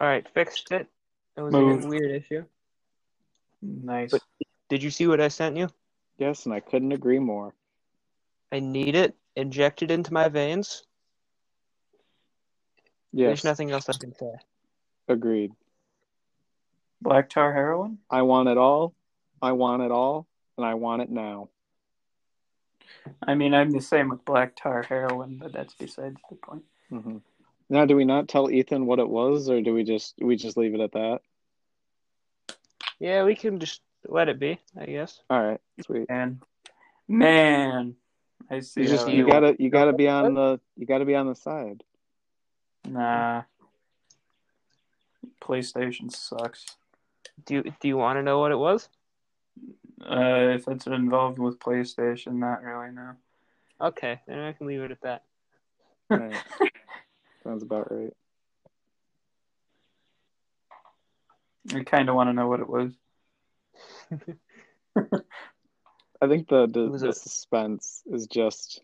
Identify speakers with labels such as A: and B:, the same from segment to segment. A: All right, fixed it. It was
B: Move.
A: a weird issue.
B: Nice.
A: But- Did you see what I sent you?
B: yes, and I couldn't agree more.
A: I need it injected into my veins.
B: Yes,
A: There's nothing else I can say.
B: agreed.
C: Black tar heroin?
B: I want it all. I want it all, and I want it now.
C: I mean, I'm the same with black tar heroin, but that's besides the point.
B: hmm Now, do we not tell Ethan what it was, or do we just we just leave it at that?
A: Yeah, we can just let it be, I guess.
B: All right, sweet.
C: And man, I see.
B: You just
C: how
B: you
C: it-
B: gotta you gotta be on the you gotta be on the side.
C: nah. PlayStation sucks.
A: Do you, do you want to know what it was?
C: Uh, if it's involved with PlayStation, not really. No.
A: Okay, then I can leave it at that.
B: All right. Sounds about right.
C: I kind of want to know what it was.
B: I think the
A: It
B: the,
A: was
B: the
A: a-
B: suspense is just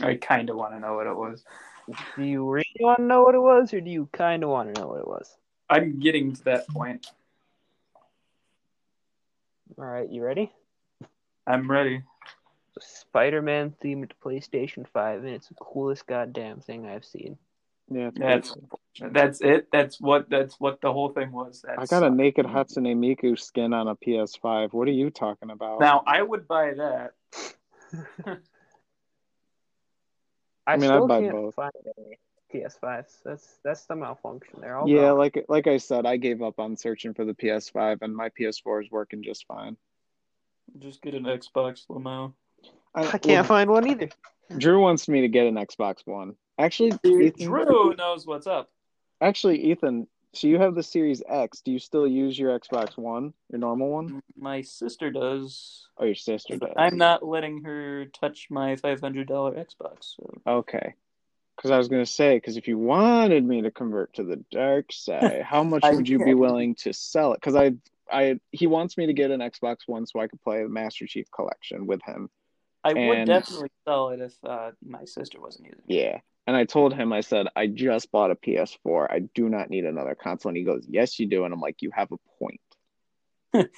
C: I kind of want to know what it was.
A: Do you really want to know what it was, or do you kind of want to know what it was?
C: I'm getting to that point.
A: All right, you ready?
C: I'm ready.
A: It's a Spider-Man themed PlayStation 5, and it's the coolest goddamn thing I've seen.
B: yeah. It's
C: That's
B: pretty-
C: that's it. That's what that's what the whole thing was. That's,
B: I got a naked Hatsune Miku skin on a PS5. What are you talking about?
C: now. I would buy that.
A: I,
B: mean, I'd
A: still
B: buy
A: can't
B: both.
A: find any PS5s. That's that's the malfunction. They're all
B: yeah,
A: gone.
B: like like I said, I gave up on searching for the PS5, and my PS4 is working just fine.
C: Just get an Xbox Limo.
A: I can't
B: well,
A: find one either.
B: Drew wants me to get an Xbox One. Actually, Ethan,
C: Drew knows what's up.
B: Actually, Ethan, so you have the Series X. Do you still use your Xbox One, your normal one?
C: My sister does.
B: Oh, your sister does.
C: but I'm not letting her touch my $500 Xbox. So.
B: Okay. Because I was going to say, because if you wanted me to convert to the dark side, how much
C: I
B: would you be
C: can't.
B: willing to sell it? Because I, I, he wants me to get an Xbox One so I could play the Master Chief Collection with him.
C: I
B: And-
C: would definitely sell it if uh, my sister wasn't using it.
B: Yeah. And I told him, I said, I just bought a PS4. I do not need another console. And he goes, Yes, you do. And I'm like, You have a point.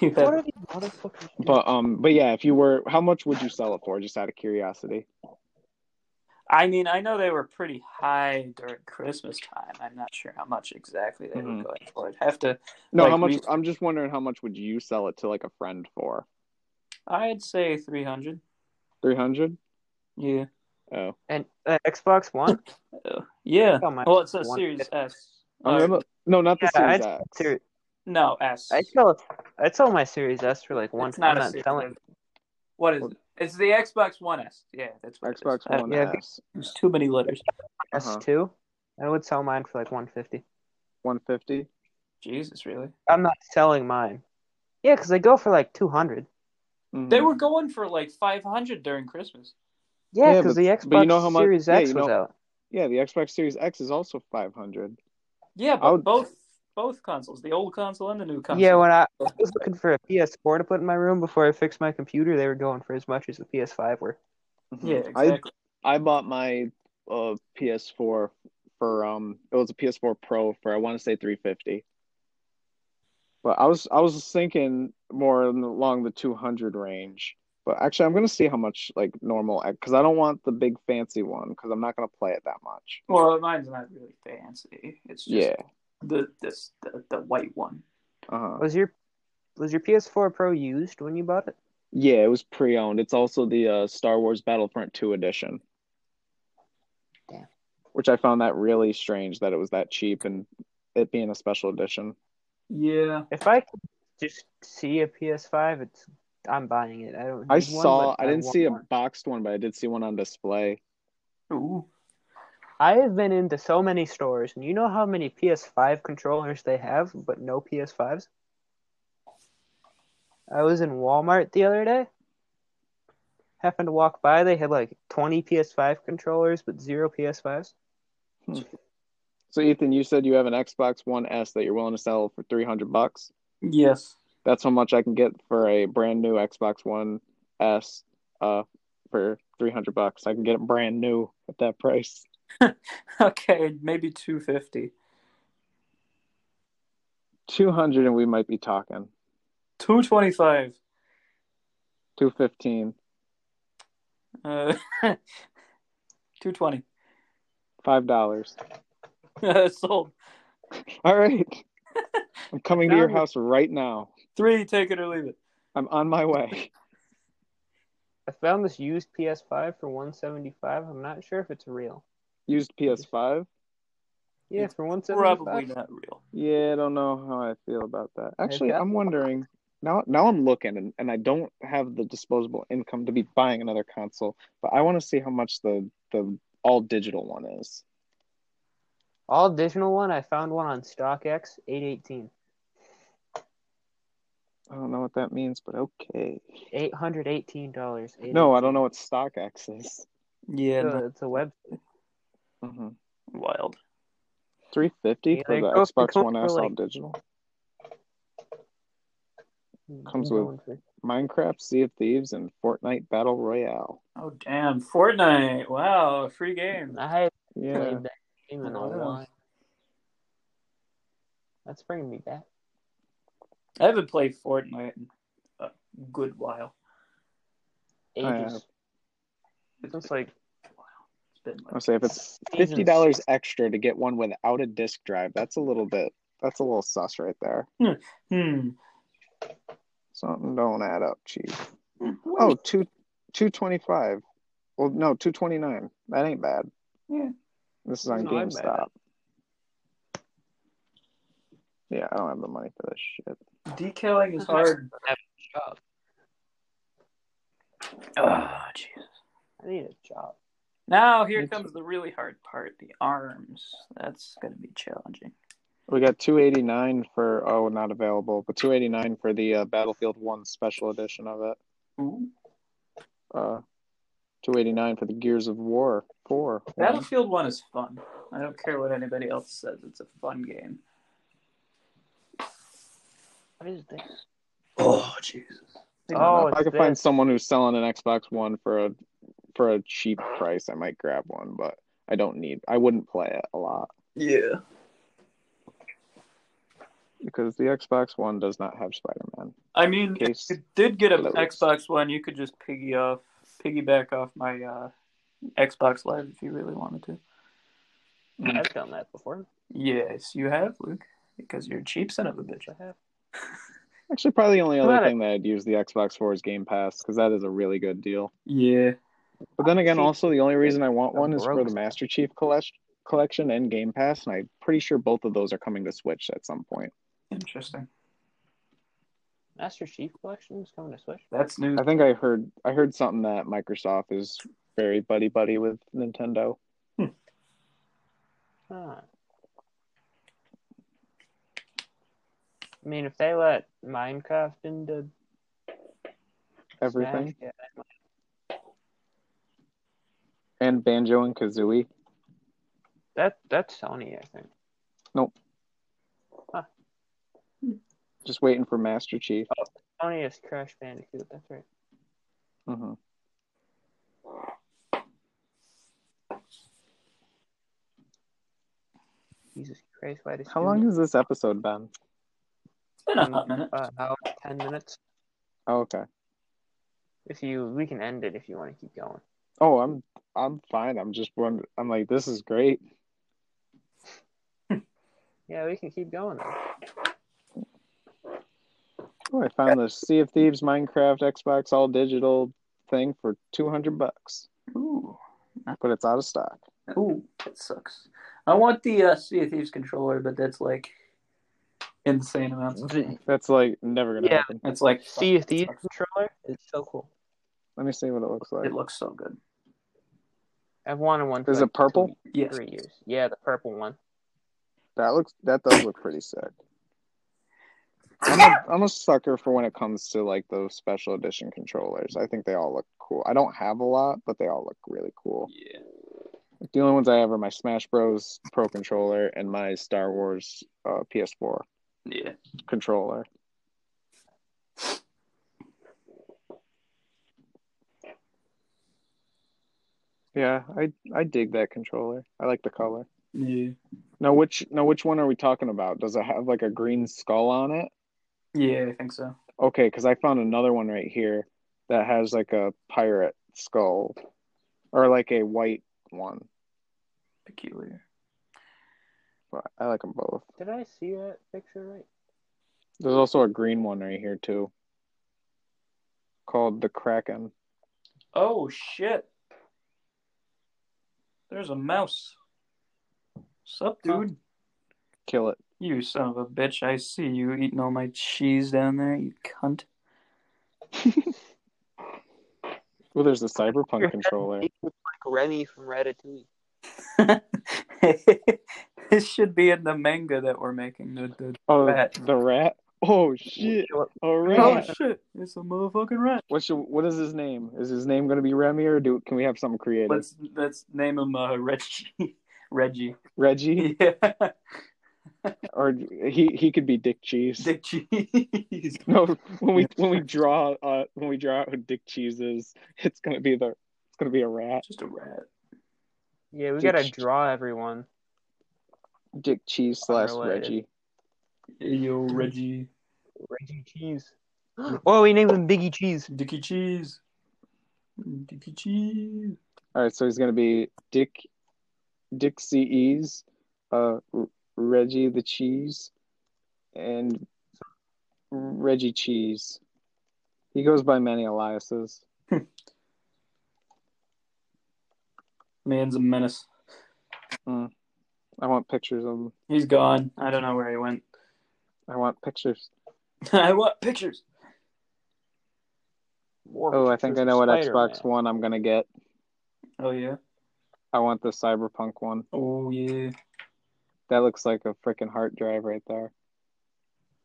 C: You
A: What
C: have
A: are these motherfuckers doing?
B: But um, but yeah, if you were, how much would you sell it for? Just out of curiosity.
C: I mean, I know they were pretty high during Christmas time. I'm not sure how much exactly they
B: Mhm.
C: were going for. I'd have to.
B: No,
C: Like,
B: how much?
C: we-
B: I'm just wondering how much would you sell it to like a friend for?
C: I'd say 300.
B: Three hundred?
C: Yeah.
B: Oh,
A: And uh, Xbox One?
C: Yeah.
A: Oh my.
C: Well, it's a
A: One-
C: Series S.
B: I mean,
C: Uh,
B: I'm not- no, not the
A: Yeah, I'd-
B: Series X.
A: Ser-
C: no, S.
A: I'd sell, I'd sell my Series S for like one.
C: It's not
A: I'm
C: a
A: not
C: Series
A: selling.
C: What is it? It's the Xbox One S. Yeah, that's what it is.
B: Xbox
C: I-
B: One
A: uh, yeah,
B: S,
C: There's too many letters.
B: Uh-huh.
A: S two. I would sell mine for like one fifty.
B: one fifty.
C: Jesus, really?
A: I'm not selling mine. Yeah, because they go for like two hundred.
B: Mm-hmm.
C: They were going for like 500 during Christmas.
A: Yeah,
B: Yeah,
A: because
B: but-
A: the
B: but
A: Xbox
B: you know how much-
A: Series
B: yeah,
A: X
B: you
A: was
B: know-
A: out.
B: Yeah, the Xbox Series X is also five hundred.
C: Yeah,
B: I
C: but
B: would-
C: both both consoles, the old console and the new console.
A: Yeah, when I, I was looking for a PS4 to put in my room before I fixed my computer, they were going for as much as the PS5 were.
C: yeah, exactly.
B: I I bought my uh PS4 for um it was a PS4 Pro for I want to say three fifty. But I was I was thinking more in- along the two hundred range. But actually, I'm gonna see how much like normal because I don't want the big fancy one because I'm not gonna play it that much.
C: Well, mine's not really fancy. It's just
B: Yeah.
C: the this the, the white one.
B: Uh-huh.
A: Was your was your PS4 Pro used when you bought it?
B: Yeah, it was pre-owned. It's also the uh, Star Wars Battlefront 2 edition.
A: Damn.
B: Which I found that really strange that it was that cheap and it being a special edition.
C: Yeah.
A: If I could just see a PS5, it's I'm buying it. I don't.
B: I
A: need one,
B: saw
A: but
B: I didn't
A: want
B: see a
A: one.
B: boxed one, but I did see one on display.
C: Ooh.
A: I have been into so many stores, and you know how many PS5 controllers they have, but no PS5s? I was in Walmart the other day. Happened to walk by, they had like 20 PS5 controllers, but zero PS5s.
B: So Ethan, you said you have an Xbox One S that you're willing to sell for 300 bucks.
C: Yes.
B: That's how much I can get for a brand new Xbox One S uh for 300 bucks. I can get it brand new at that price.
C: Okay, maybe 250.
B: two hundred, and we might be talking
C: 225.
B: two fifteen,
C: Uh, 220.
B: five dollars.
C: Sold.
B: All right, I'm coming to your
A: Now-
B: house right now.
C: Three, take it or leave it.
B: I'm on my way.
A: I found this used PS5 for 175. I'm not sure if it's real.
B: Used PS5.
A: Yeah,
C: It's
A: for 175.
C: Probably not real.
B: Yeah, I don't know how I feel about that. Actually,
A: got-
B: I'm wondering now. Now I'm looking, and, and I don't have the disposable income to be buying another console, but I want to see how much the the all digital one is.
A: All digital one. I found one on StockX, 818,
B: I don't know what that means, but okay.
A: 818 dollars.
B: No, I don't know what StockX is.
C: Yeah,
A: it's a, it's a web.
B: Mm-hmm.
C: wild.
B: Three fifty
A: Yeah,
B: for
A: they
B: the
A: go- they
B: Xbox
A: come
B: One
A: for,
B: S all
A: like-
B: digital. Comes
A: I'm going for-
B: Minecraft, Sea of Thieves, and Fortnite Battle Royale.
C: Oh, damn. Fortnite. Wow, a free game.
A: I haven't
B: Yeah,
A: played that game in a
B: Wow.
A: while. That's bringing me back.
C: I haven't played Fortnite in a good while.
B: I
A: Ages. It's like
C: It's been
B: I'll
C: like,
B: say if it's fifty dollars extra to get one without a disc drive, that's a little bit. That's a little sus right there.
C: hmm.
B: Something don't add up, chief. Oh, two two twenty five. Well, no, two twenty nine. That ain't bad.
C: Yeah.
B: This is on
A: No, I bet.
B: GameStop. Yeah, I don't have the money for this shit.
C: Decaling is hard.
A: a job.
C: Oh, jeez.
A: I need a job.
C: Now here
B: Me
C: comes the really hard part, the arms. That's going to be challenging.
B: We got two eighty nine for oh, not available, but two eighty nine for the uh, Battlefield One Special Edition of it.
C: Ooh.
B: Uh, two eighty nine for the Gears of War Four. one.
C: Battlefield 1 is fun. I don't care what anybody else says. It's a fun game.
A: What is this?
C: Oh, Jesus.
B: I don't know.
A: Oh,
B: if I
A: it's
B: could find
A: this.
B: someone who's selling an Xbox One for a for a cheap price, I might grab one, but I don't need. I wouldn't play it a lot
C: Yeah.
B: because the Xbox One does not have Spider Man.
C: I mean,
B: Case
C: if you did get an
B: closed.
C: Xbox One, you could just piggy off, piggyback off my uh, Xbox Live if you really wanted to.
A: I've done that before.
C: Yes, you have, Luke, because you're a cheap son of a bitch.
A: I have.
B: actually probably the only other
A: Got it.
B: thing that I'd use the Xbox for is Game Pass because that is a really good deal.
C: Yeah.
B: But then again,
A: Oh, See,
B: also the only reason I want
A: I'm
B: one is for
A: broke.
B: the Master Chief collect- collection and Game Pass, and I'm pretty sure both of those are coming to Switch at some point.
C: Interesting.
A: Master Chief Collection is coming to Switch.
C: That's news.
B: I think I heard I heard something that Microsoft is very buddy buddy with Nintendo.
A: Huh. I mean, if they let Minecraft into
B: Everything.
A: Smash, yeah, that might-
B: and Banjo and Kazooie.
A: that that's Sony, I think.
B: Just waiting for Master Chief.
A: Sony is Crash Bandicoot. That's right.
B: hmm
A: Jesus Christ, why does
B: How long has this episode been?
C: It's been a hot minute.
A: Uh, hour, ten minutes.
B: Oh, okay.
A: If you, we can end it if you want to keep going.
B: Oh, I'm I'm fine. I'm just wondering. I'm like, this is great.
A: Yeah, we can keep going. Though.
B: Oh, I found the Sea of Thieves Minecraft Xbox all digital thing for two hundred bucks,
C: Ooh.
B: but it's out of stock.
C: Ooh, that sucks. I want the uh, Sea of Thieves controller, but that's like insane amounts of money.
B: That's like never gonna
A: Yeah.
B: happen.
C: It's like
A: Sea of
C: fuck, that
A: Thieves
C: sucks.
A: controller is so cool.
B: Let me see what it looks like.
C: It looks so good.
A: I've wanted one. for
B: Is it
A: like
B: purple?
A: two-
C: Yes.
A: Three years. Yeah, the purple one.
B: That looks that does look pretty sick. I'm a, I'm a sucker for when it comes to like those special edition controllers. I think they all look cool. I don't have a lot, but they all look really cool.
C: Yeah.
B: The only ones I have are my Smash Bros. Pro controller and my Star Wars uh, PS4
C: Yeah.
B: controller. Yeah, I I dig that controller. I like the color.
C: Yeah.
B: Now which now which one are we talking about? Does it have like a green skull on it?
C: Yeah, I think so.
B: Okay, because I found another one right here that has like a pirate skull, or like a white one.
C: Peculiar.
B: But I like them both.
A: Did I see that picture right?
B: There's also a green one right here too, called the Kraken.
C: Oh shit! There's a mouse. Sup, dude?
B: Kill it.
C: You son of a bitch! I see you eating all my cheese down there. You cunt.
B: Well, there's the cyberpunk controller.
A: He looks like Remy from Ratatouille.
C: this should be in the manga that we're making. The, the...
B: Oh,
C: Rat.
B: the rat. Oh shit! All
C: Oh
B: right.
C: shit! It's a motherfucking rat.
B: What's your, what is his name? Is his name gonna be Remy or do can we have something creative?
C: Let's let's name him uh, Reggie. Reggie.
B: Reggie
C: Yeah.
B: or he he could be Dick Cheese.
C: Dick Cheese.
B: No, when we when we draw uh when we draw out who Dick Cheese is, it's gonna be the it's gonna be a rat.
C: Just a rat.
A: Yeah, we
B: Dude,
A: gotta
B: sh-
A: draw everyone.
B: Dick Cheese slash
A: Unrelated.
B: Reggie.
C: Yo, Reggie.
A: Reggie Cheese. Oh, we named him Biggie Cheese.
C: Dicky Cheese. Dicky Cheese.
B: All right, so he's gonna be Dick Dick C E's, uh R- Reggie the Cheese, and Reggie Cheese. He goes by many aliases.
C: Man's a menace.
B: I want pictures of him.
C: He's gone. I don't know where he went.
B: I want pictures.
C: I want pictures.
B: Oh, I think I know what Xbox One I'm gonna get.
C: Oh yeah.
B: I want the Cyberpunk one.
C: Oh yeah.
B: That looks like a freaking hard drive right there.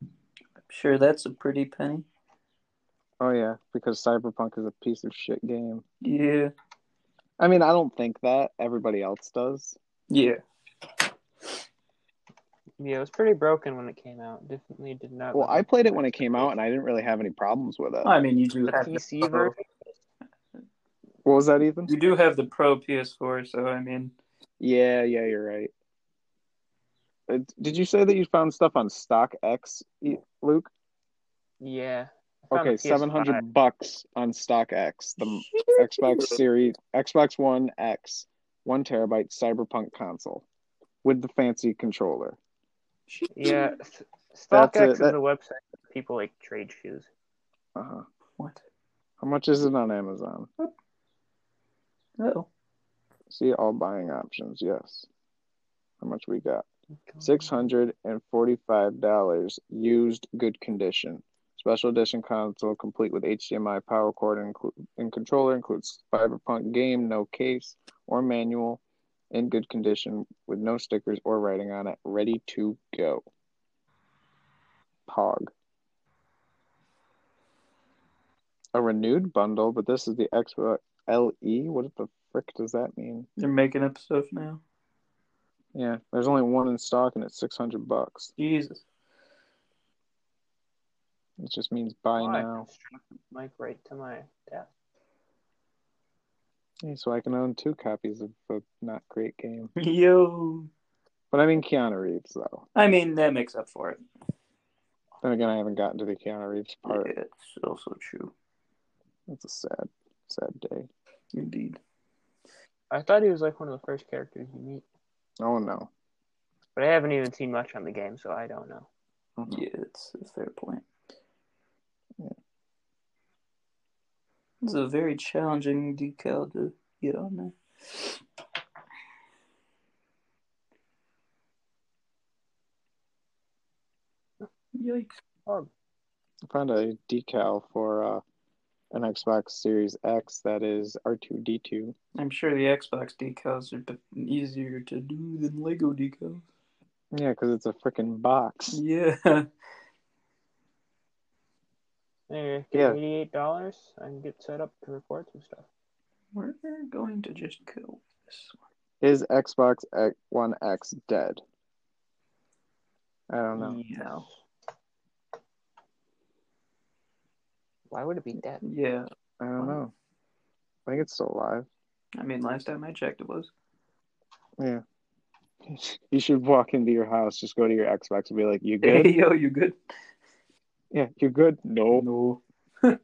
C: I'm sure that's a pretty penny.
B: Oh yeah, because Cyberpunk is a piece of shit game.
C: Yeah.
B: I mean, I don't think that everybody else does.
C: Yeah.
A: Yeah, it was pretty broken when it came out. Definitely did not.
B: Well,
A: live
B: I
A: up
B: played
A: to
B: it when it came out, and I didn't really have any problems with it.
C: I mean, you do
A: the
C: have
A: PC version.
B: What was that, Ethan?
C: You do have the Pro PS4, so I mean,
B: Yeah, yeah, you're right. Uh, Did you say that you found stuff on StockX, E- Luke?
A: Yeah. I found
B: Okay,
A: a PS5.
B: seven hundred bucks on StockX, the Xbox Series, Xbox One X, one terabyte Cyberpunk console with the fancy controller.
A: Yeah. S-
B: That's it,
A: StockX is
B: that-
A: a website that people like trade shoes.
B: Uh-huh.
C: What?
B: How much is it on Amazon?
C: Oh.
B: See all buying options. Yes. How much we got? Six hundred and forty-five dollars. Used, good condition. Special edition console, complete with HDMI power cord and, inclu- and controller, includes Cyberpunk game, no case or manual, in good condition with no stickers or writing on it. Ready to go. Pog. A renewed bundle, but this is the Xbox LE. What the frick does that mean?
C: They're making up stuff now.
B: Yeah, there's only one in stock and it's six hundred bucks.
C: Jesus.
B: It just means buy
A: Oh, I
B: now.
A: strapped the mic right to my desk.
B: Yeah, so I can own two copies of a not great game.
C: Yo.
B: But I mean Keanu Reeves though.
C: I mean, that makes up for it.
B: Then again I haven't gotten to the Keanu Reeves part.
C: Yeah, it's also true.
B: It's a sad, sad day.
C: Indeed.
A: I thought he was like one of the first characters you meet,
B: Oh no.
A: but I haven't even seen much on the game, so I don't know.
C: Yeah, that's a fair point. It's a very challenging decal to get on there. Yikes.
A: Oh,
B: I found a decal for uh an Xbox Series X that is R two D two.
C: I'm sure the Xbox decals are b- easier to do than Lego decals.
B: Yeah, because it's a freaking box.
C: Yeah.
A: there,
B: Yeah.
A: eighty-eight dollars. I can get set up to record some stuff.
C: We're going to just kill this
B: Is Xbox X- One X dead? I don't know.
C: Yeah.
A: Why would it be dead?
C: Yeah.
B: I don't know. I think it's still alive.
C: I mean, last time I checked, it was.
B: Yeah. You should walk into your house, just go to your Xbox and be like, You
C: Hey,
B: good?
C: yo, you good?
B: yeah, you good? No.
C: No.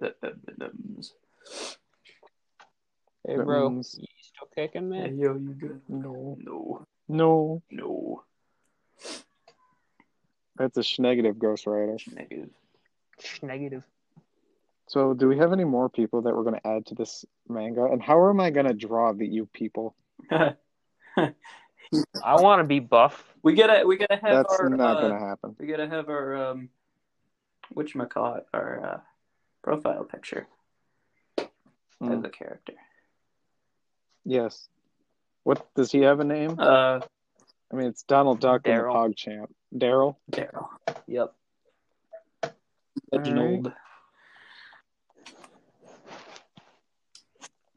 C: Hey,
A: Hey, bro,
B: Mm,
A: you still kicking, man?
C: yo, you good?
B: No.
C: No.
B: No.
C: No.
B: That's a negative ghostwriter.
C: Negative.
A: Negative.
B: So do we have any more people that we're gonna add to this manga? And how am I gonna draw the you people?
A: I want to be buff.
C: we gotta, we gotta have
B: That's
C: our.
B: not
C: uh,
B: gonna happen.
C: We gotta have our um, what you call it? Our uh, profile picture
B: Mm,
C: as a character.
B: Yes. What does he have a name?
C: Uh,
B: I mean it's Donald Duck
A: Daryl.
B: and the Pog Champ. Daryl?
C: Daryl.
A: Yep.
C: Reginald.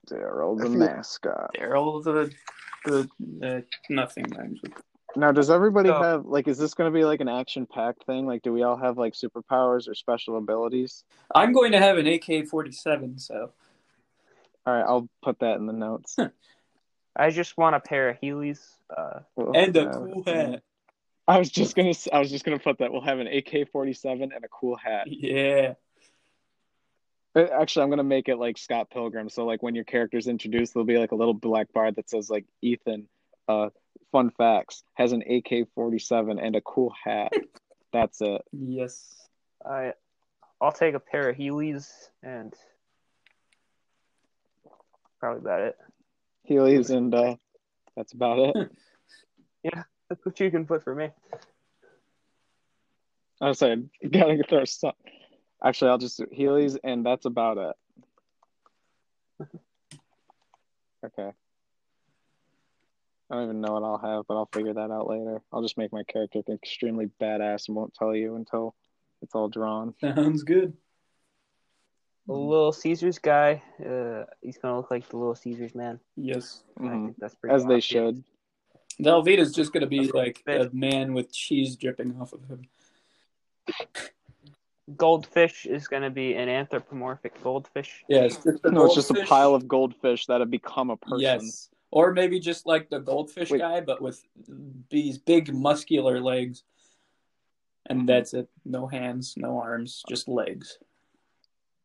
B: Daryl
A: I
B: the
A: feel-
B: mascot.
C: Daryl the the uh, nothing rhymes with.
B: Now, does everybody
A: So-
B: have like? Is this going to be like an action-packed thing? Like, do we all have like superpowers or special abilities?
C: I'm going to have an AK-47, so
B: All right, I'll put that in the notes.
A: I just want a pair of Heelys. Uh,
B: We'll
C: and a
B: have-
C: cool hat.
B: I was just gonna. s- I was just gonna put that. We'll have an AK-47 and a cool hat.
C: Yeah.
B: Uh, Actually, I'm gonna make it like Scott Pilgrim. So, like, when your character's introduced, there'll be like a little black bar that says like Ethan. Uh, fun facts has an AK-47 and a cool hat. That's it.
C: Yes.
A: I, I'll take a pair of Heelys and probably about it.
B: He leaves, and uh, that's about it.
A: That's what you can put for me.
B: I was saying, you gotta throw some. Actually, I'll just do Heelys, and that's about it. Okay. I don't even know what I'll have, but I'll figure that out later. I'll just make my character extremely badass and won't tell you until it's all drawn.
C: Sounds good.
A: The Little Caesars guy. Uh, he's gonna look like the Little Caesars man.
C: Yes.
A: I
B: Mhm.
A: think that's pretty
B: As they
A: obvious.
B: should.
C: Velveeta's just gonna be
A: Okay.
C: like a man with cheese dripping off of him.
A: Goldfish is gonna be an anthropomorphic goldfish.
C: Yeah, it's just a
B: No, it's just a
C: goldfish.
B: pile of goldfish that have become a person.
C: Yes. Or maybe just like the goldfish
B: Wait.
C: guy, but with these big muscular legs. And
B: Mhm.
C: that's it. No hands, no arms, just legs.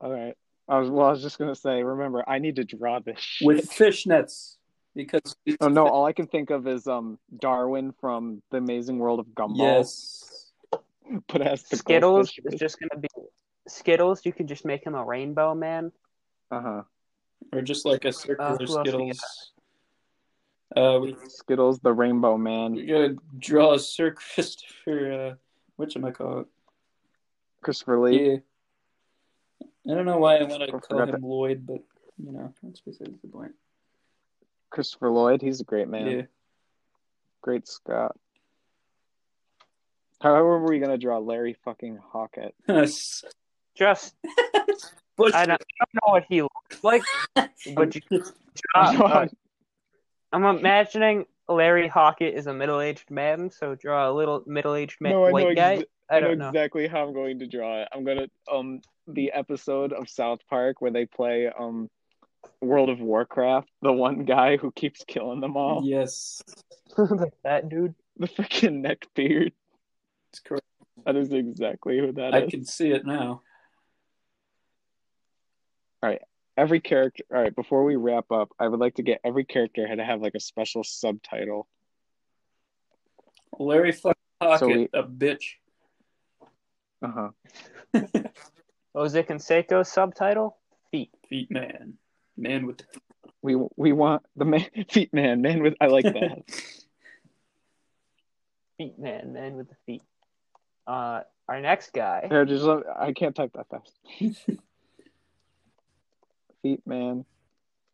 B: All right. I was well. I was just gonna say. Remember, I need to draw this. Shit.
C: With fishnets. Because
B: oh no! All I can think of is um Darwin from the Amazing World of Gumball.
C: Yes.
B: But as the
A: Skittles
B: goldfish
A: is just gonna be Skittles. You can just make him a rainbow man.
B: Uh-huh.
C: Or just like a
A: Uh,
C: circular
A: who else we
C: Skittles. Uh, we,
B: Skittles the Rainbow Man.
C: we gotta draw a Sir Christopher. Uh, whatchamacallit?
B: Christopher Lee.
C: Yeah. I don't know why I want
B: I
C: to call
B: forgot
C: him Lloyd, but you know, that's besides the point.
B: Christopher Lloyd, he's a great man.
C: Yeah.
B: Great Scott. However, were we gonna draw Larry fucking Hawkett?
C: Bush.
A: Just I don't, I don't know what he looks like, but you,
B: I know,
A: uh, I'm imagining Larry Hockett is a middle-aged man, so draw a little middle-aged man,
B: No, I know
A: white guy.
B: exa-
A: I
B: know
A: don't know.
B: exactly how I'm going to draw it. I'm gonna um the episode of South Park where they play um World of Warcraft, the one guy who keeps killing them all.
C: yes.
A: that dude.
B: The freaking neck beard.
C: It's correct.
B: That is exactly who that is.
C: I can see it now.
B: every character all right before we wrap up i would like to get every character had to have like a special subtitle
C: Larry fucking Pocket,
B: So we-
C: a bitch.
B: uh-huh
A: Ozick and Seiko subtitle feet.
C: Feet man. Man with the
B: we we want the man feet man man with i like that
A: Feet man, man with the feet. Uh, our next guy.
B: There, just, i can't type that fast feet man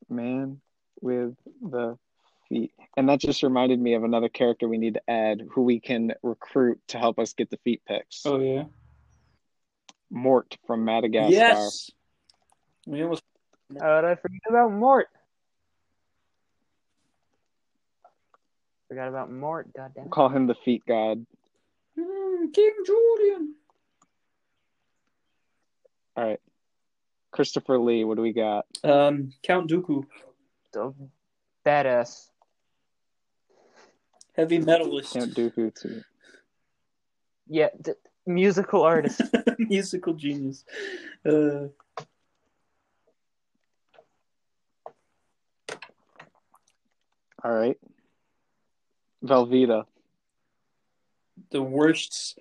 B: man with the feet and that just reminded me of another character we need to add who we can recruit to help us get the feet picks
C: Oh yeah.
B: mort from madagascar
C: yes. We almost
A: How did I forget about Mort? Forgot about Mort. Goddamn.
B: call him the feet god
C: Mm, King Julian.
B: all right christopher lee what do we got
C: Um Count Dooku.
A: So badass.
C: Heavy metalist.
B: Can't do Hootsuite.
A: Yeah, th- musical artist.
C: Musical genius. Uh,
B: All right. Velveeta.
C: the worst.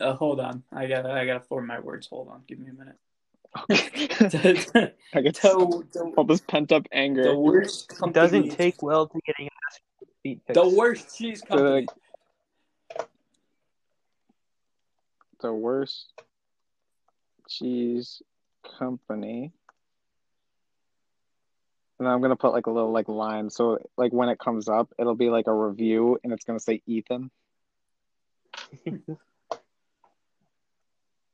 C: Uh, hold on, I gotta, I gotta form my words. Hold on, give me a minute.
B: I
C: the,
B: guess
C: the-
B: all this pent up anger.
C: the worst company.
A: Doesn't take well to getting ass feet fixed.
C: the worst cheese company.
B: the worst cheese company. And I'm gonna put like a little like line so like when it comes up it'll be like a review and it's gonna say Ethan.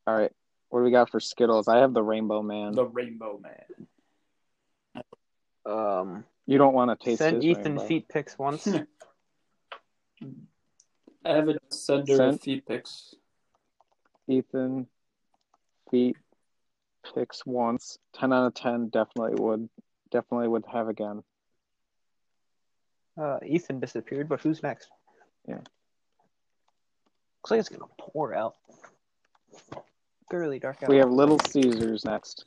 B: All right. What do we got for Skittles? I have the Rainbow Man.
C: The Rainbow Man.
A: Um,
B: You don't want to taste
A: send
B: his
A: Ethan
B: rainbow.
A: feet pics once.
C: I have a sender
B: Sent.
C: of feet pics.
B: Ethan feet picks once. Ten out of ten. Definitely would. Definitely would have again.
A: Uh, Ethan disappeared, but who's next?
B: Yeah.
A: Looks like it's gonna pour out. Girly dark out.
B: We have Little Caesars next.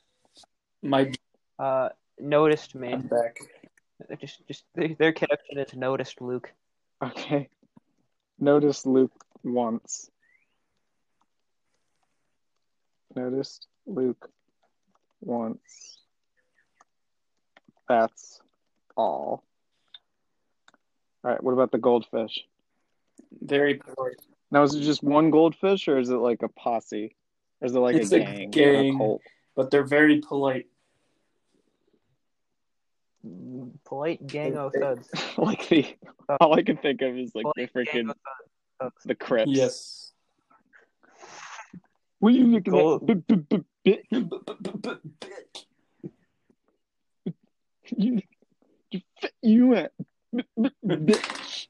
C: My
A: uh, noticed me.
C: I'm back.
A: Just, just their their caption is noticed Luke.
B: Okay. Noticed Luke once. Noticed Luke once. That's all. All right. What about the goldfish?
C: Very poor.
B: Now, is it just one goldfish, or is it like a posse? Or is it like
C: It's
B: a
C: a
B: gang,
C: gang.
B: a cult?
C: But they're very polite.
A: Mm, Polite gang of thuds.
B: like the all I can think of is like the
A: Polite gang
B: freaking
A: of thuds.
B: the Crips.
C: Yes.
B: What are you looking
A: Gold-
B: at? B- b- b-
C: B-b-b-b-bitch.
B: You, you, fit you at. B- b- bitch.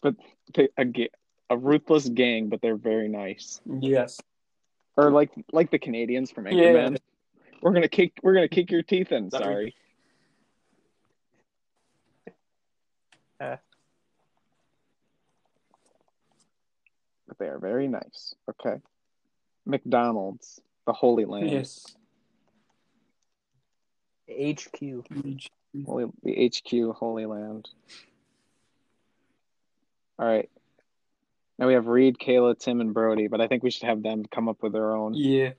B: But they, a, ga- a ruthless gang, but they're very nice.
C: Yes.
B: Or like like the Canadians from
C: Yeah.
B: Anchorman. We're gonna kick. We're gonna kick your teeth in.
C: Sorry.
B: Sorry.
C: Uh.
B: but they are very nice. Okay. McDonald's, the Holy Land,
C: Yes.
A: HQ.
B: Holy, the HQ Holy Land. All right. Now we have Reed, Kayla, Tim, and Brody, but I think we should have them come up with their own.
C: Yeah.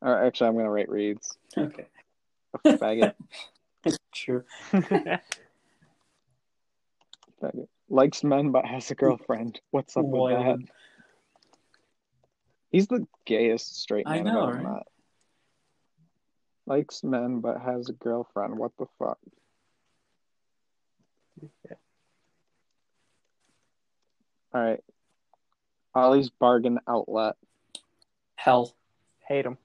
B: Or actually, I'm going to write Reed's.
C: Okay.
B: Faggot,
C: Sure.
B: faggot. Likes men but has a girlfriend. What's up with that?
C: Wild.
B: He's the gayest straight
C: I
B: man.
C: know,
B: I've ever
C: right?
B: met. Likes men but has a girlfriend. What the fuck? All right. Ollie's Bargain Outlet.
C: Hell.
A: Hate them.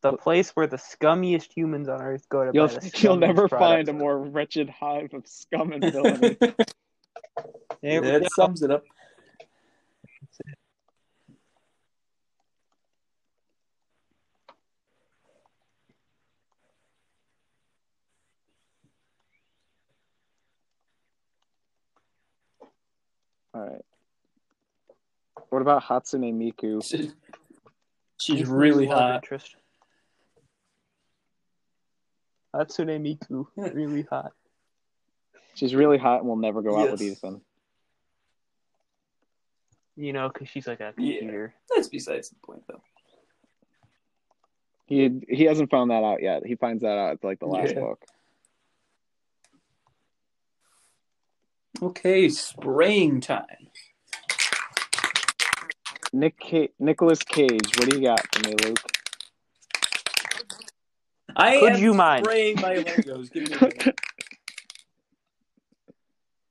A: The place where the scummiest humans on earth go to
B: You'll
A: buy the
B: you'll
A: scummiest
B: never
A: products.
B: find a more wretched hive of scum and villainy.
A: There we
C: that
A: go.
C: sums it up.
B: All right. What about Hatsune Miku?
C: She's
A: Ethan's
C: really
A: love
C: hot.
A: Interest. Hatsune Miku, really hot.
B: She's really hot and will never go out with
C: Yes.
B: Ethan.
A: You know, because she's like a
C: Yeah.
A: computer.
C: That's besides the point, though.
B: He he hasn't found that out yet. He finds that out at like the last
C: Yeah.
B: book.
C: Okay, spraying time.
B: Nick Ca- Nicholas Cage. What do you got for me, Luke?
C: I
A: Could
C: am
A: you mind?
C: spraying my Legos. Give me a minute.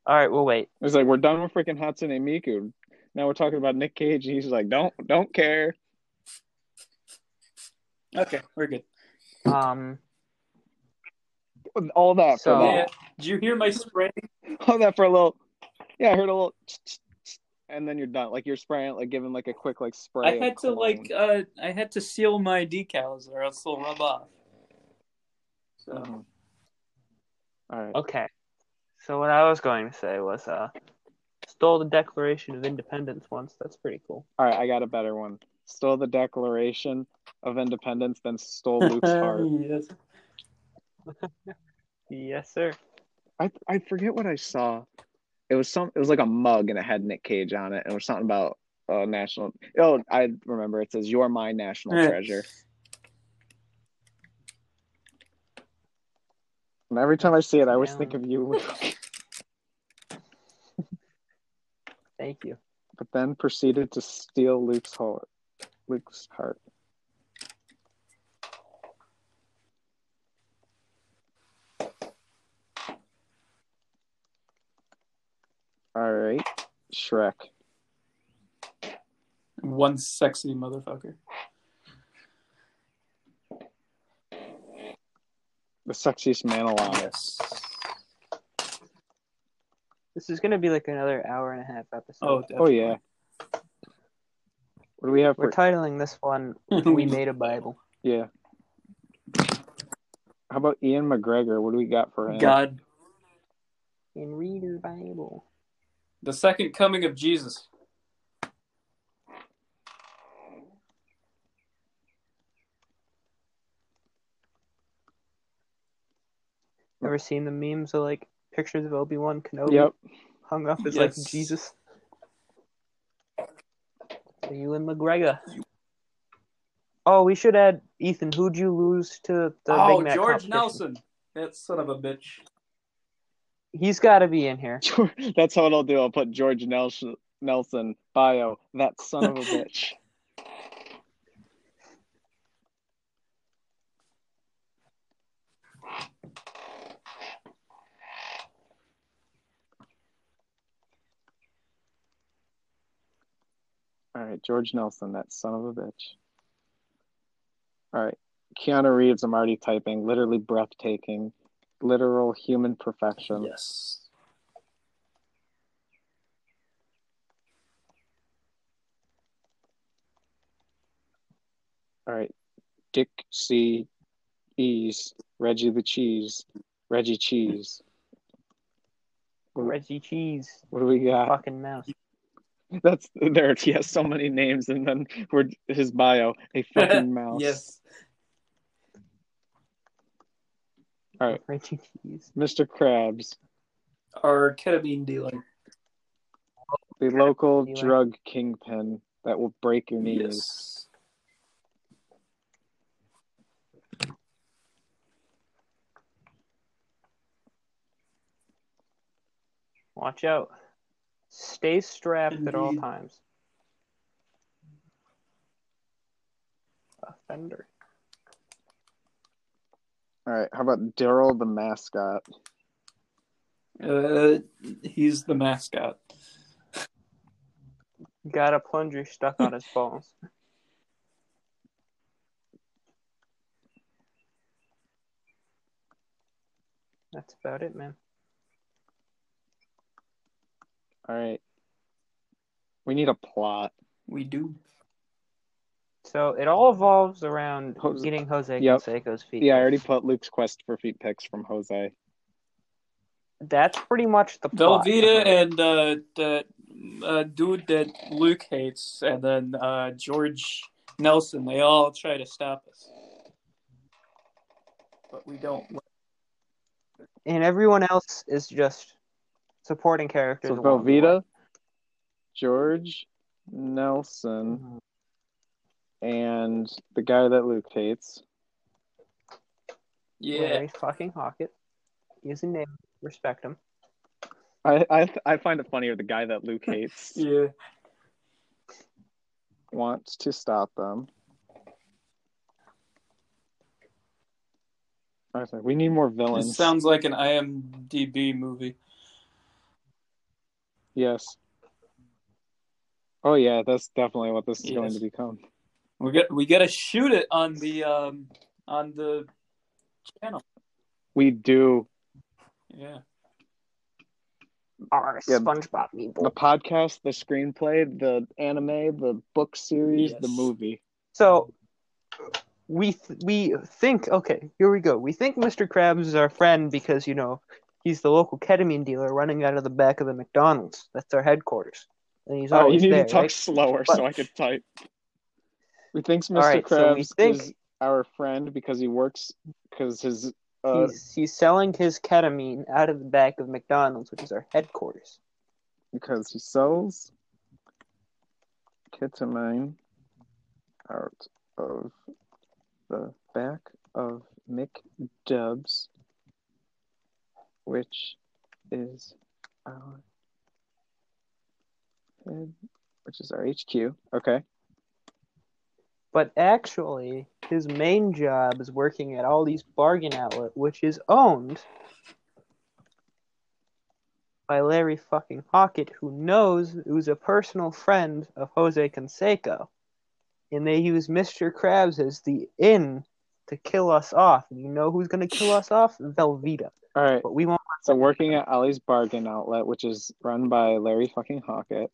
A: All right, well, wait.
B: It's like we're done with freaking Hatsune Miku. Now we're talking about Nick Cage, and he's like, don't don't care.
C: Okay, we're good.
A: Um,
B: All that for
A: So-
B: that.
C: Yeah. Did you hear my spraying?
B: All that for a little. Yeah, I heard a little. And then you're done. Like you're spraying, like giving like a quick like
C: I
B: spray. of
C: had to
B: cologne.
C: like uh I had to seal my decals or else they'll rub off. So
B: All right.
A: Okay. So what I was going to say was uh stole the Declaration of Independence once. That's pretty cool.
B: All right. I got a better one. Stole the Declaration of Independence, then stole Luke's heart.
C: Uh, Yes.
A: Yes, sir.
B: I I forget what I saw. It was some. It was like a mug and it had Nick Cage on it, and it was something about uh, national. Oh, I remember. It says, "You're my national
C: Yeah.
B: treasure." And every time I see it, I always
A: Yeah.
B: think of you.
A: Thank you.
B: But then proceeded to steal Luke's heart. Luke's heart. All right, Shrek.
C: One sexy motherfucker.
B: The sexiest man alive.
C: Yes.
A: This is gonna be like another hour and a half episode.
C: Oh,
B: Oh
C: definitely.
B: yeah. What do we have
A: We're
B: for?
A: titling this one We Made a Bible.
B: yeah. How about Ian McGregor? What do we got for him?
C: God,
A: And read your Bible.
C: the second coming of Jesus.
A: Ever seen the memes of like pictures of Obi Wan Kenobi
B: Yep.
A: hung up as
C: Yes.
A: like Jesus? So you and McGregor. Oh, we should add Ethan. Who'd you lose to the
C: oh,
A: Big Mac
C: George
A: competition?
C: Nelson. That son of a bitch.
A: He's got to be in here.
B: That's what I'll do. I'll put George Nelson, Nelson bio. That son of a bitch. All right, George Nelson, that son of a bitch. All right, Keanu Reeves. I'm already typing. Literally breathtaking, literal human perfection.
C: Yes.
B: All right. Dick C. E's. Reggie the Cheese. Reggie Cheese.
A: Reggie Cheese,
B: What do we got?
A: fucking mouse.
B: That's there. He has so many names, and then we're, his bio a fucking mouse.
C: Yes.
B: Alright.
A: Reggie Cheese.
B: Mr. Krabs,
C: Our ketamine dealer.
B: the local
A: Eli.
B: drug kingpin that will break your knees.
C: Yes.
A: Watch out. Stay strapped at all
C: Indeed.
A: times. Offender.
B: All right. How about Daryl the mascot?
C: Uh, he's the mascot.
A: Got a plunger stuck on his balls. That's about it, man.
B: All right. We need a plot.
C: We do.
A: So it all evolves around
B: Jose-
A: getting Jose
B: Yep.
A: Canseco's feet.
B: Yeah, I already put Luke's quest for feet picks from Jose.
A: That's pretty much the plot.
C: Velveeta and uh, the uh, dude that Luke hates, and then uh, George Nelson. They all try to stop us, but we don't.
A: and everyone else is just supporting characters.
B: So
A: along the way.
B: Velveeta, George Nelson, and the guy that Luke hates.
C: Yeah,
A: Larry fucking Hockett. Use a name. Respect him.
B: I I, I find it funnier the guy that Luke hates
C: yeah.
B: wants to stop them. I was like, we need more
C: It
B: villains.
C: sounds like an IMDb movie.
B: yes. Oh yeah, that's definitely what this is going
C: Yes.
B: to become.
C: We got we got to shoot it on the um on the channel.
B: We do
C: Yeah,
A: Our
B: Yeah.
A: SpongeBob meatball.
B: the podcast, the screenplay, the anime, the book series, the
C: Yes.
B: movie.
A: So, we th- we think okay, here we go. We think Mr. Krabs is our friend because you know he's the local ketamine dealer running out of the back of the McDonald's. That's our headquarters, and he's
B: Oh, you
A: always
B: need
A: there.
B: to talk
A: right?
B: slower so I can type. We think Mr.
A: right,
B: Krabs
A: so we think-
B: is our friend because he works because his uh
A: he's he's selling his ketamine out of the back of McDonald's, which is our headquarters.
B: because he sells ketamine out of the back of McDubs, which is our head, which is our HQ. Okay.
A: But actually, his main job is working at all these bargain outlet, which is owned by Larry fucking Hockett, who knows who's a personal friend of Jose Canseco, and they use Mr. Krabs as the in to kill us off. And you know who's gonna kill us off? Velveeta.
B: All right.
A: But we won't.
B: So working at Ollie's Bargain Outlet, which is run by Larry fucking Hockett.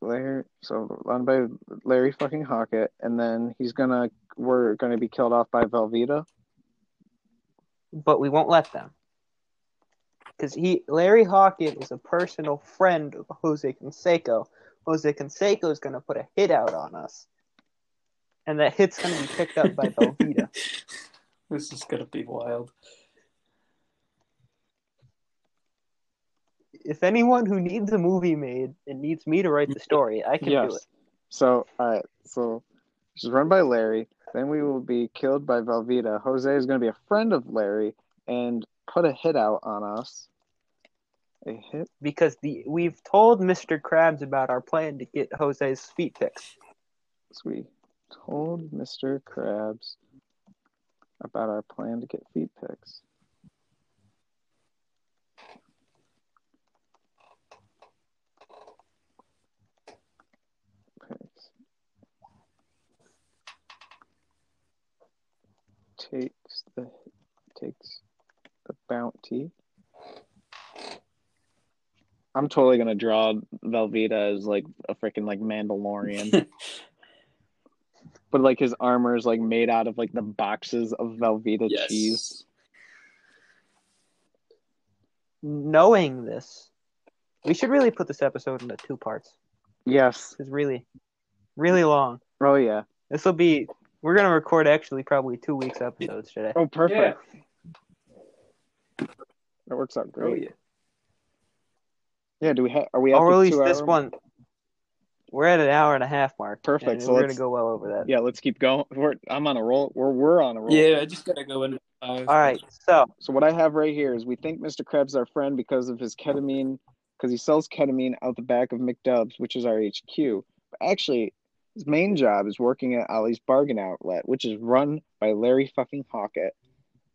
B: Larry, so run by Larry fucking Hockett, and then he's gonna we're gonna be killed off by Velveeta.
A: But we won't let them. Because he, Larry Hockett, is a personal friend of Jose Canseco. Jose Canseco is going to put a hit out on us, and that hit's going to be picked up by Velveeta.
C: This is gonna be wild.
A: if anyone who needs a movie made and needs me to write the story, I can do it.
B: So all right, so she's run by Larry. Then we will be killed by Velveeta. Jose is gonna be a friend of Larry and put a hit out on us. A hit
A: Because the we've told Mr. Krabs about our plan to get Jose's feet fixed.
B: So we told Mr. Krabs about our plan to get feet pics. Pics. Takes the takes the bounty. I'm totally gonna draw Velveeta as like a freaking like Mandalorian but like his armor is like made out of like the boxes of Velveeta
C: yes.
B: cheese.
A: Knowing this, we should really put this episode into two parts.
B: Yes.
A: It's really, really long.
B: Oh yeah.
A: This will be. We're gonna record actually probably two weeks episodes today.
B: Oh perfect.
C: Yeah.
B: That works out
C: Oh
B: great.
C: yeah.
B: yeah. Do we have? Are we? At
A: I'll
B: the
A: release
B: two
A: this
B: hour-
A: one. We're at an hour and a half mark.
B: Perfect,
A: and
B: so
A: we're
B: let's-
A: gonna go well over that.
B: Yeah. Let's keep going. We're, I'm on a roll. We're we're on a roll.
C: Yeah, I just gotta go in. Uh,
A: All right. So
B: So what I have right here is we think Mr. Krabs is our friend because of his ketamine, because he sells ketamine out the back of McDubs, which is our HQ. But actually, his main job is working at Ollie's Bargain Outlet, which is run by Larry fucking Hockett.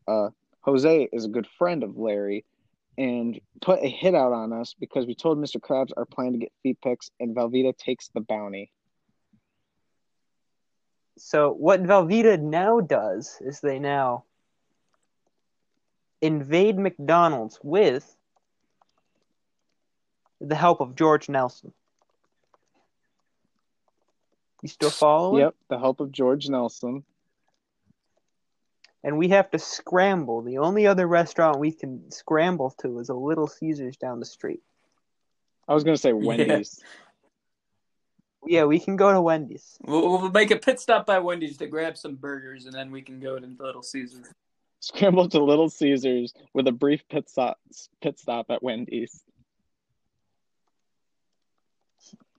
B: Uh, Jose is a good friend of Larry, and put a hit out on us because we told Mr. Krabs our plan to get feet pics, and Velveeta takes the bounty.
A: So what Velveeta now does is they now invade McDonald's with the help of George Nelson. You still following?
B: Yep, the help of George Nelson.
A: And we have to scramble. The only other restaurant we can scramble to is a Little Caesars down the street.
B: I was gonna say Wendy's.
A: Yeah, we can go to Wendy's.
C: We'll, we'll make a pit stop by Wendy's to grab some burgers, and then we can go to Little Caesars.
B: scrambled to Little Caesars with a brief pit stop, pit stop at Wendy's.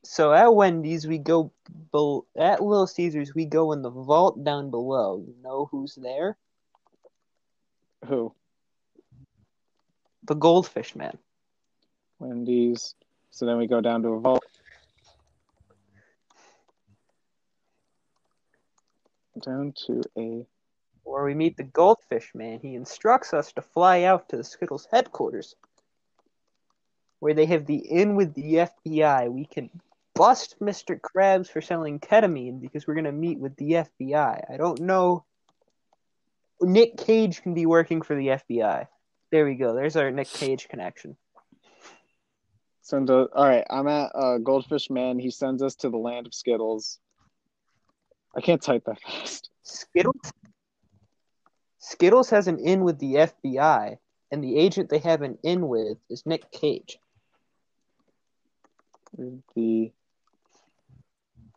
A: So at Wendy's, we go bel- at Little Caesars. We go in the vault down below. You know who's there?
B: Who?
A: The Goldfish Man.
B: Wendy's. So then we go down to a vault. Down to a.
A: where we meet the goldfish man, he instructs us to fly out to the Skittles headquarters, where they have the in with the FBI. We can bust Mr. Krabs for selling ketamine because we're going to meet with the FBI. I don't know. Nick Cage can be working for the FBI. There we go. There's our Nick Cage connection.
B: Send us. All right, I'm at uh, Goldfish Man. He sends us to the land of Skittles. I can't type that fast.
A: Skittles. Skittles has an in with the FBI, and the agent they have an in with is Nick Cage.
B: The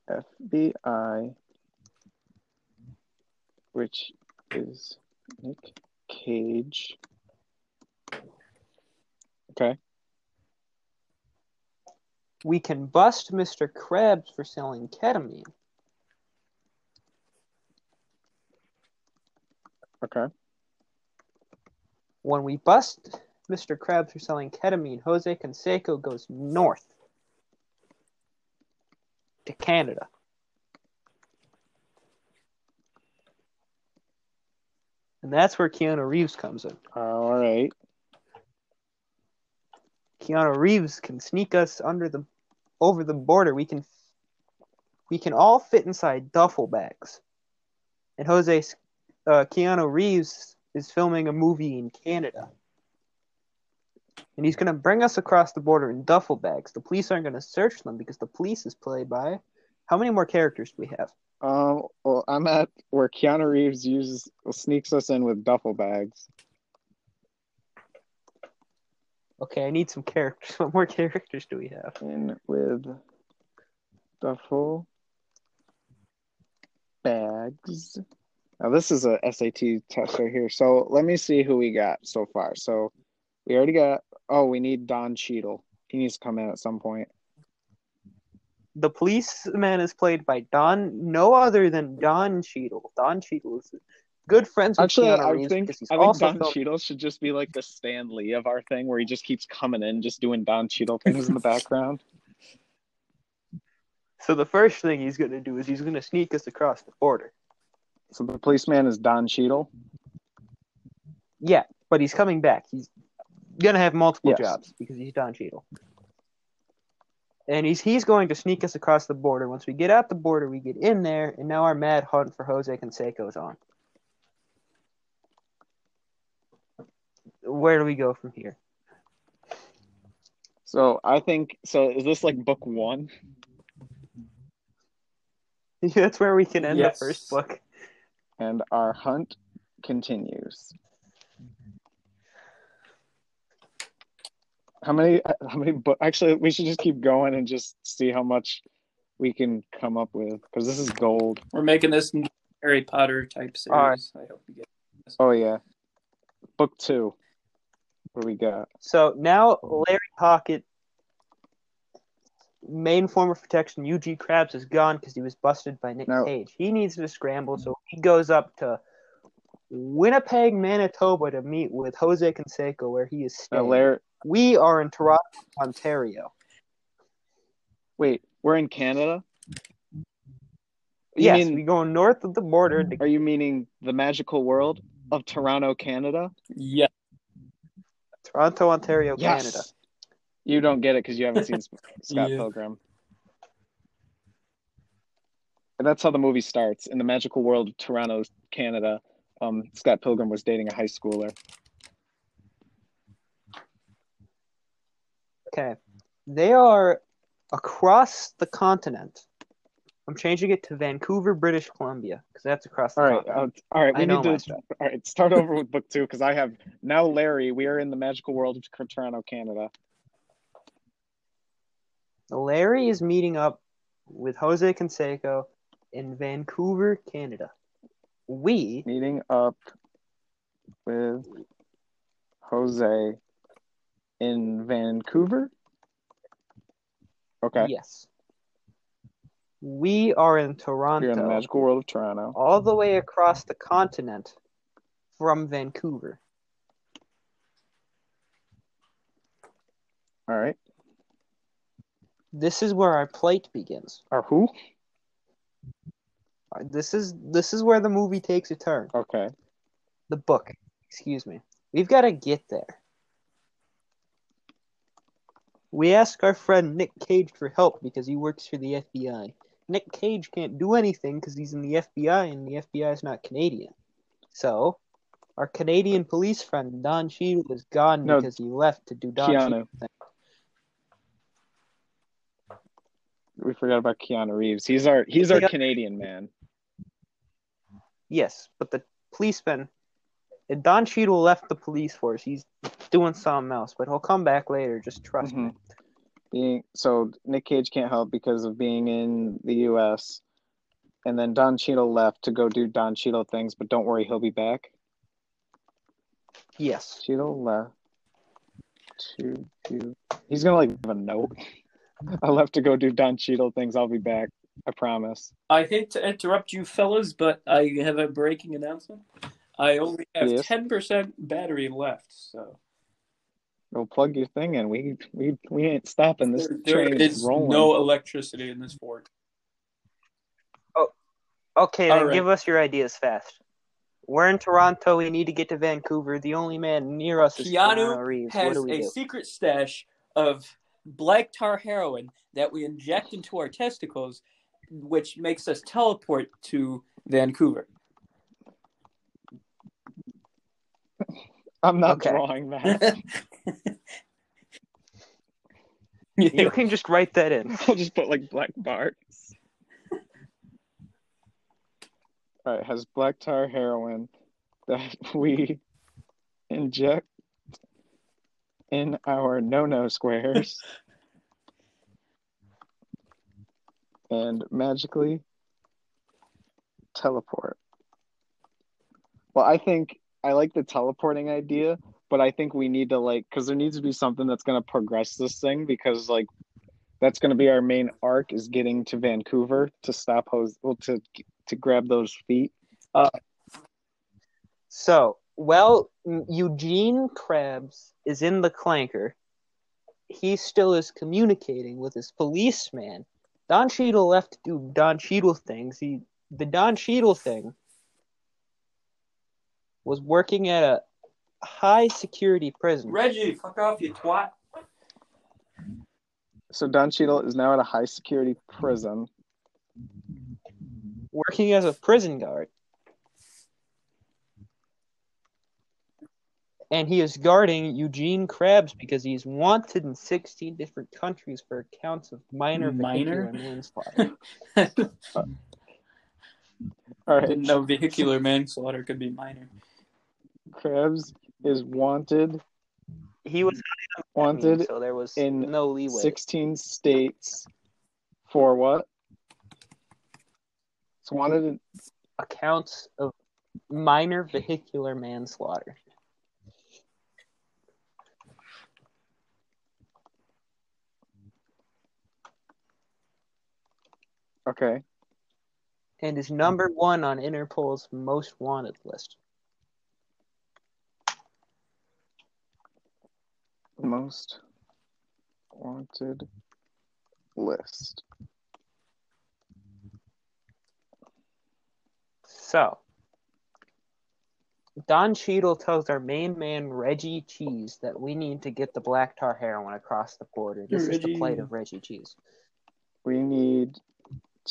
B: FBI, which is Nick Cage. Okay.
A: We can bust Mr. Krabs for selling ketamine.
B: Okay.
A: When we bust Mr. Krabs for selling ketamine, Jose Canseco goes north to Canada. And that's where Keanu Reeves comes in.
B: All right.
A: Keanu Reeves can sneak us under the over the border. We can we can all fit inside duffel bags. And Jose uh, Keanu Reeves is filming a movie in Canada. And he's going to bring us across the border in duffel bags. The police aren't going to search them because the police is played by how many more characters do we have?
B: Um. Well, I'm at where Keanu Reeves uses sneaks us in with duffel bags.
A: Okay, I need some characters. What more characters do we have?
B: In with duffel bags. Now this is a SAT test right here. So let me see who we got so far. So we already got. Oh, we need Don Cheadle. He needs to come in at some point.
A: The policeman is played by Don, no other than Don Cheadle. Don Cheadle is good friends with
B: Actually,
A: Keanu
B: I
A: Reeves
B: think
A: because he's
B: I think
A: also
B: Don
A: filming-
B: Cheadle should just be like the Stan Lee of our thing, where he just keeps coming in, just doing Don Cheadle things in the background.
A: So the first thing he's going to do is he's going to sneak us across the border.
B: So the policeman is Don Cheadle.
A: Yeah, but he's coming back. He's gonna have multiple
B: Yes.
A: jobs because he's Don Cheadle. And he's he's going to sneak us across the border. Once we get out the border, we get in there, and now our mad hunt for Jose Canseco is on. Where do we go from here?
B: So I think so. Is this like book one?
A: That's where we can end
C: Yes.
A: the first book.
B: And our hunt continues. How many? How many? But actually, we should just keep going and just see how much we can come up with because this is gold.
C: We're making this into Harry Potter type series.
A: All right.
C: I hope you get.
B: Oh yeah, book two. What do we got?
A: So now Larry Pocket, main form of protection, UG Krabs is gone because he was busted by Nick
B: No.
A: Cage. He needs to scramble, so he goes up to Winnipeg, Manitoba, to meet with Jose Canseco, where he is
B: Now,
A: staying.
B: Larry,
A: we are in Toronto, Ontario.
B: wait, we're in Canada. You
A: yes,
B: mean-
A: we go north of the border. To...
B: Are you meaning the magical world of Toronto, Canada?
C: Yeah.
A: Toronto, Ontario,
B: Yes.
A: Canada.
B: You don't get it because you haven't seen Sp- Scott
C: Yeah.
B: Pilgrim. And that's how the movie starts. In the magical world of Toronto, Canada, um, Scott Pilgrim was dating a high schooler.
A: Okay. They are across the continent. I'm changing it to Vancouver, British Columbia, because that's across the
B: All right,
A: continent.
B: uh, all right. We
A: I know
B: need
A: my
B: to.
A: stuff.
B: All right, start over with book two because I have now Larry. We are in the magical world of Toronto, Canada.
A: Larry is meeting up with Jose Canseco in Vancouver, Canada. We
B: Meeting up with Jose in Vancouver. Okay,
A: yes. We are in Toronto.
B: you're in the magical world of Toronto.
A: all the way across the continent from Vancouver.
B: All right.
A: This is where our plate begins.
B: Or who?
A: Uh, This is this is where the movie takes a turn.
B: Okay.
A: The book, excuse me. We've got to get there. We ask our friend Nick Cage for help because he works for the FBI. Nick Cage can't do anything because he's in the FBI and the FBI is not Canadian. So, our Canadian police friend Don Cheadle is gone
B: No.
A: because he left to do Don Cheadle.
B: Keanu. we forgot about Keanu Reeves. He's our he's our
A: Yeah.
B: Canadian man.
A: Yes, but the policeman, Don Cheadle left the police force. He's doing something else, but he'll come back later. Just trust me.
B: Mhm. Being so Nick Cage can't help because of being in the U.S. And then Don Cheadle left to go do Don Cheadle things, but don't worry, he'll be back.
A: Yes.
B: Cheadle left to do. He's gonna like leave a note. I left to go do Don Cheadle things. I'll be back. I promise.
C: I hate to interrupt you fellas, but I have a breaking announcement. I only have
B: Yes.
C: ten percent battery left, so
B: Go plug your thing in. We we we ain't stopping. This
C: there, there
B: train
C: is
B: rolling.
C: no electricity in this fort.
A: Okay,
C: All
A: then
C: right.
A: give us your ideas fast. We're in Toronto. We need to get to Vancouver. The only man near us is Keanu
C: Keanu
A: Reeves. What
C: Has
A: do we
C: a
A: do?
C: secret stash of black tar heroin that we inject into our testicles, which makes us teleport to Vancouver.
B: I'm not
A: Okay.
B: drawing that.
A: You can just write that in.
B: I'll just put like black bars. All right, has black tar heroin that we inject in our no-no squares and magically teleport. Well, I think I like the teleporting idea, but I think we need to like because there needs to be something that's going to progress this thing because like that's going to be our main arc is getting to Vancouver to stop hose well, to to grab those feet.
A: So, well, Eugene Krebs is in the clanker. He still is communicating with his policeman. Don Cheadle left to do Don Cheadle things. He, the Don Cheadle thing was working at a high security prison.
C: Reggie, fuck off, you twat.
B: So Don Cheadle is now at a high security prison.
A: working as a prison guard. And he is guarding Eugene Krabs because he's wanted in 16 different countries for counts of minor, vehicular
C: Minor?
A: manslaughter.
C: Didn't
B: All right,
C: know vehicular manslaughter could be minor.
B: Krebs is wanted
A: he was not in
B: wanted
A: so there was
B: in
A: no leeway.
B: sixteen states for what? It's wanted in
A: Accounts of minor vehicular manslaughter.
B: okay.
A: And is number one on Interpol's most wanted list.
B: Most wanted list.
A: So, Don Cheadle tells our main man Reggie Cheese that we need to get the black tar heroin across the border. This is the
C: Reggie.
A: plight of Reggie Cheese.
B: We need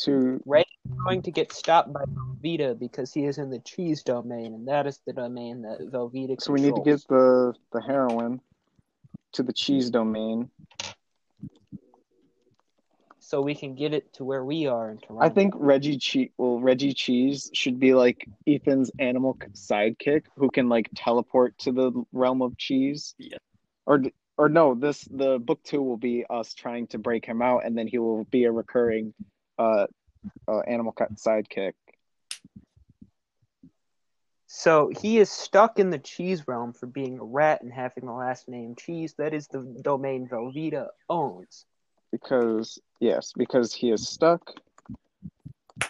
B: to
A: He's going to get stopped by Velveeta because he is in the cheese domain, and that is the domain that Velveeta.
B: so we need to
A: controls.
B: get the the heroin to the cheese domain.
A: so we can get it to where we are in Toronto.
B: I think Reggie Cheese, well, Reggie Cheese should be like Ethan's animal c- sidekick who can like teleport to the realm of cheese.
C: Yeah.
B: Or d- or no, this the book two will be us trying to break him out, and then he will be a recurring, uh, uh animal cut sidekick.
A: so. He is stuck in the cheese realm for being a rat and having the last name Cheese. That is the domain Velveeta owns.
B: because yes, because he is stuck,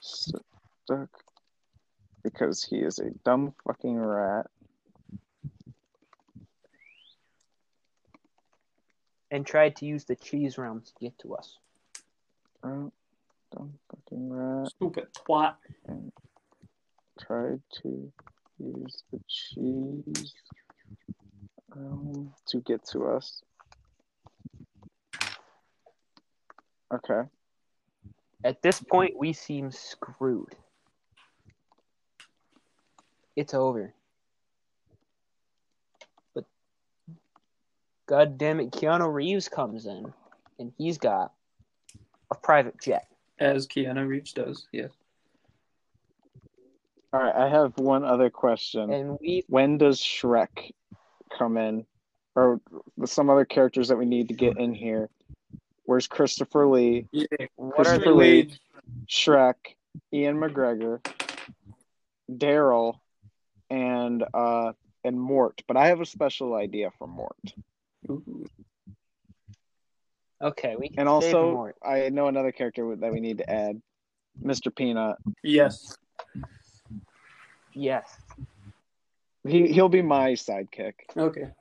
B: St- stuck, because he is a dumb fucking rat.
A: and tried to use the cheese realm to get to us.
B: Rat, Uh, dumb fucking rat
C: Stupid twat.
B: tried to use the cheese um, to get to us. Okay.
A: At this point, we seem screwed. It's over. But god damn it, Keanu Reeves comes in, and he's got a private jet.
C: as Keanu Reeves does. Yes.
B: All right, I have one other question.
A: And we
B: when does Shrek come in, or some other characters that we need to get in here? Where's Christopher Lee,
C: Yeah.
A: what are
B: Christopher
A: the
B: Lee, Shrek, Ian McGregor, Daryl, and uh and Mort? But I have a special idea for Mort.
A: okay? We can
B: And
A: save
B: also-
A: more.
B: I know another character that we need to add, Mr. Peanut.
C: Yes.
A: Yes,
B: He he'll be my sidekick,
C: Okay.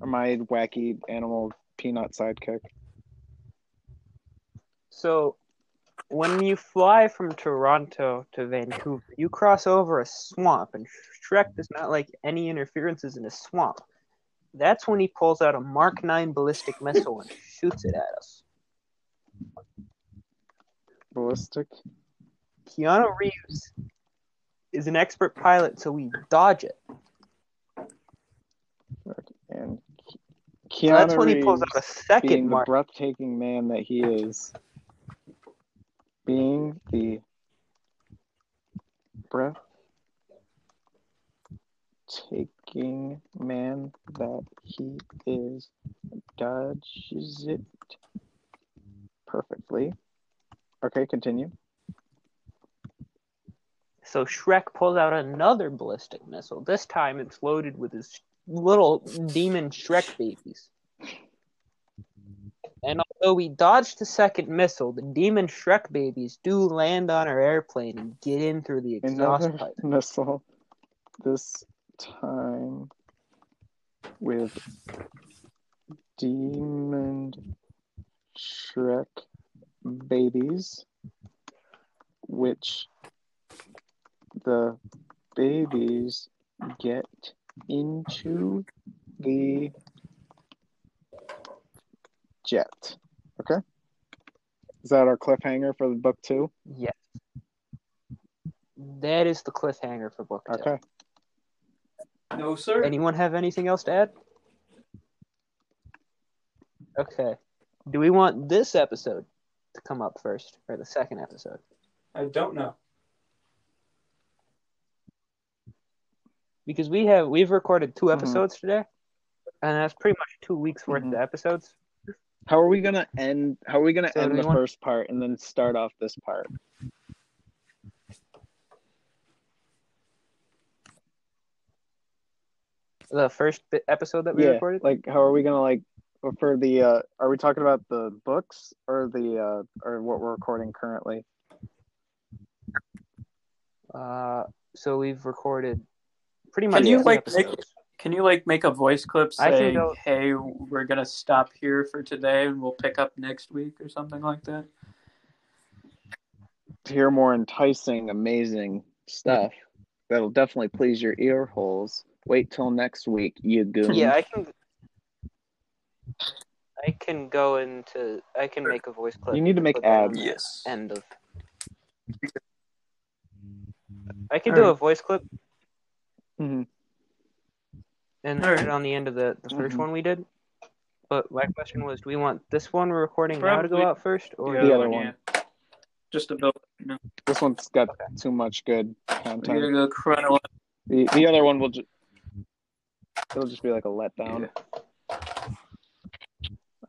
B: or my wacky animal peanut sidekick.
A: So, when you fly from Toronto to Vancouver, you cross over a swamp, and Shrek does not like any interferences in a swamp. That's when he pulls out a Mark 9 ballistic missile and shoots it at us.
B: Ballistic.
A: Keanu Reeves is an expert pilot, so we dodge it.
B: and
A: So
B: Keanu
A: that's when he pulls out a
B: Reeves
A: second
B: being the
A: Mark.
B: breathtaking man that he is, being the breathtaking man that he is, dodges it perfectly. Okay, continue.
A: So Shrek pulls out another ballistic missile. This time it's loaded with his little demon Shrek babies. And although we dodged the second missile, the demon Shrek babies do land on our airplane and get in through the exhaust
B: Another
A: pipe.
B: missile, this time with Demon Shrek babies, which the babies get into the jet. Okay? Is that our cliffhanger for the book two?
A: Yes. That is the cliffhanger for book two.
B: Okay.
C: No, sir.
A: Anyone have anything else to add? Okay. Do we want this episode to come up first or the second episode?
C: I don't know.
A: Because we have we've recorded two
B: Mm-hmm.
A: episodes today, and that's pretty much two weeks worth of
B: Mhm.
A: episodes.
B: How are we gonna end? How are we gonna
A: So do
B: end
A: we
B: the
A: want-
B: first part and then start off this part?
A: The first bi- episode that we
B: yeah,
A: recorded.
B: like how are we gonna like for the? uh Are we talking about the books or the uh or what we're recording currently?
A: Uh, so we've recorded pretty much.
C: Can you
A: two
C: like make
A: episodes.
C: Can you like make a voice clip
A: I can
C: saying,
A: go-
C: "Hey, we're gonna stop here for today, and we'll pick up next week" or something like that?
B: To hear more enticing, amazing stuff that'll definitely please your ear holes. Wait till next week, you goon.
A: Yeah, I can. I can go into. I can make a voice clip.
B: you need to make
A: Put that on
B: ads.
A: the
C: Yes.
A: End of. I can
B: All
A: do
B: right.
A: a voice clip
B: Mhm.
A: and
C: Mm-hmm. All
A: put
C: right. Mm-hmm.
A: it on the end of the, the 1st
B: Mhm.
A: one we did. But my question was, do we want this one we're recording now to
C: Probably.
A: go out first, or
B: The other
C: yeah.
B: one.
C: Just about. No.
B: This one's got too much good
C: We're
B: content.
C: gonna go chronological.
B: The the other one will just it'll just be like a letdown.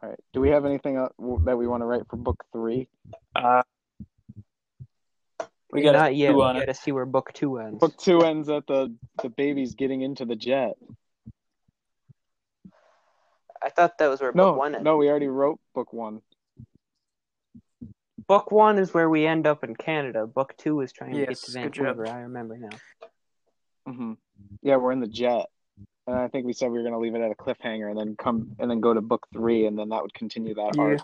B: All right. Do we have anything else that we want to write for book three?
C: Uh, we got
A: not yet?
C: two
A: We
C: on it.
A: gotta see where book two ends.
B: Book two ends at the the babies getting into the jet.
A: I thought that was where book
B: No,
A: one e- ended.
B: no, we already wrote book one.
A: Book one is where we end up in Canada. Book two is trying to get
C: Yes,
A: to
C: good job.
A: Vancouver. I remember now.
B: hmm Yeah, we're in the jet, and I think we said we were gonna leave it at a cliffhanger, and then come and then go to book three, and then that would continue that
C: Yeah.
B: arc.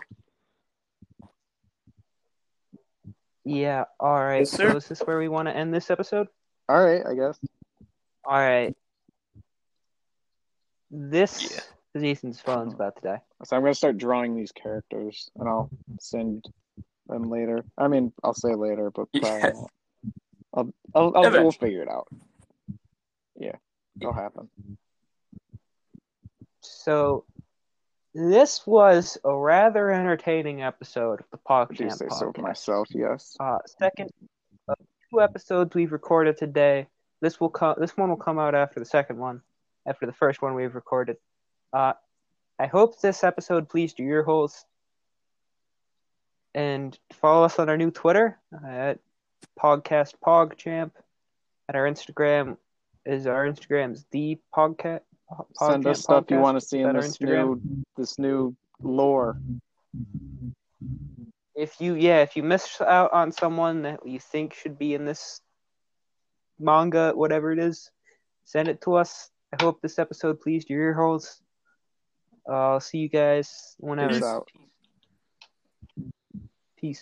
A: Yeah. All right.
C: Yes, sir.
A: So is this where we want to end this episode?
B: All right, I guess.
A: All right. This
C: Yeah.
A: Jason's phone's about to die.
B: So I'm gonna start drawing these characters, and I'll send them later. I mean, I'll say later, but probably
C: Yeah.
B: not. I'll, I'll, I'll
C: Eventually.
B: we'll figure it out. Yeah, it'll happen.
A: So This was a rather entertaining episode of the Pog
B: I do
A: Jam
B: say so
A: podcast.
B: myself. Yes.
A: Uh, second of two episodes we've recorded today. This will come. This one will come out after the second one, after the first one we've recorded. Uh, I hope this episode pleased your host. And follow us on our new Twitter at podcast pogchamp. At our Instagram is our Instagram's the podcast.
B: Send us stuff you want to see in this new this new lore.
A: if you yeah if you miss out on someone that you think should be in this manga whatever it is send it to us i hope this episode pleased your ear holes i'll see you guys whenever
B: Peace out.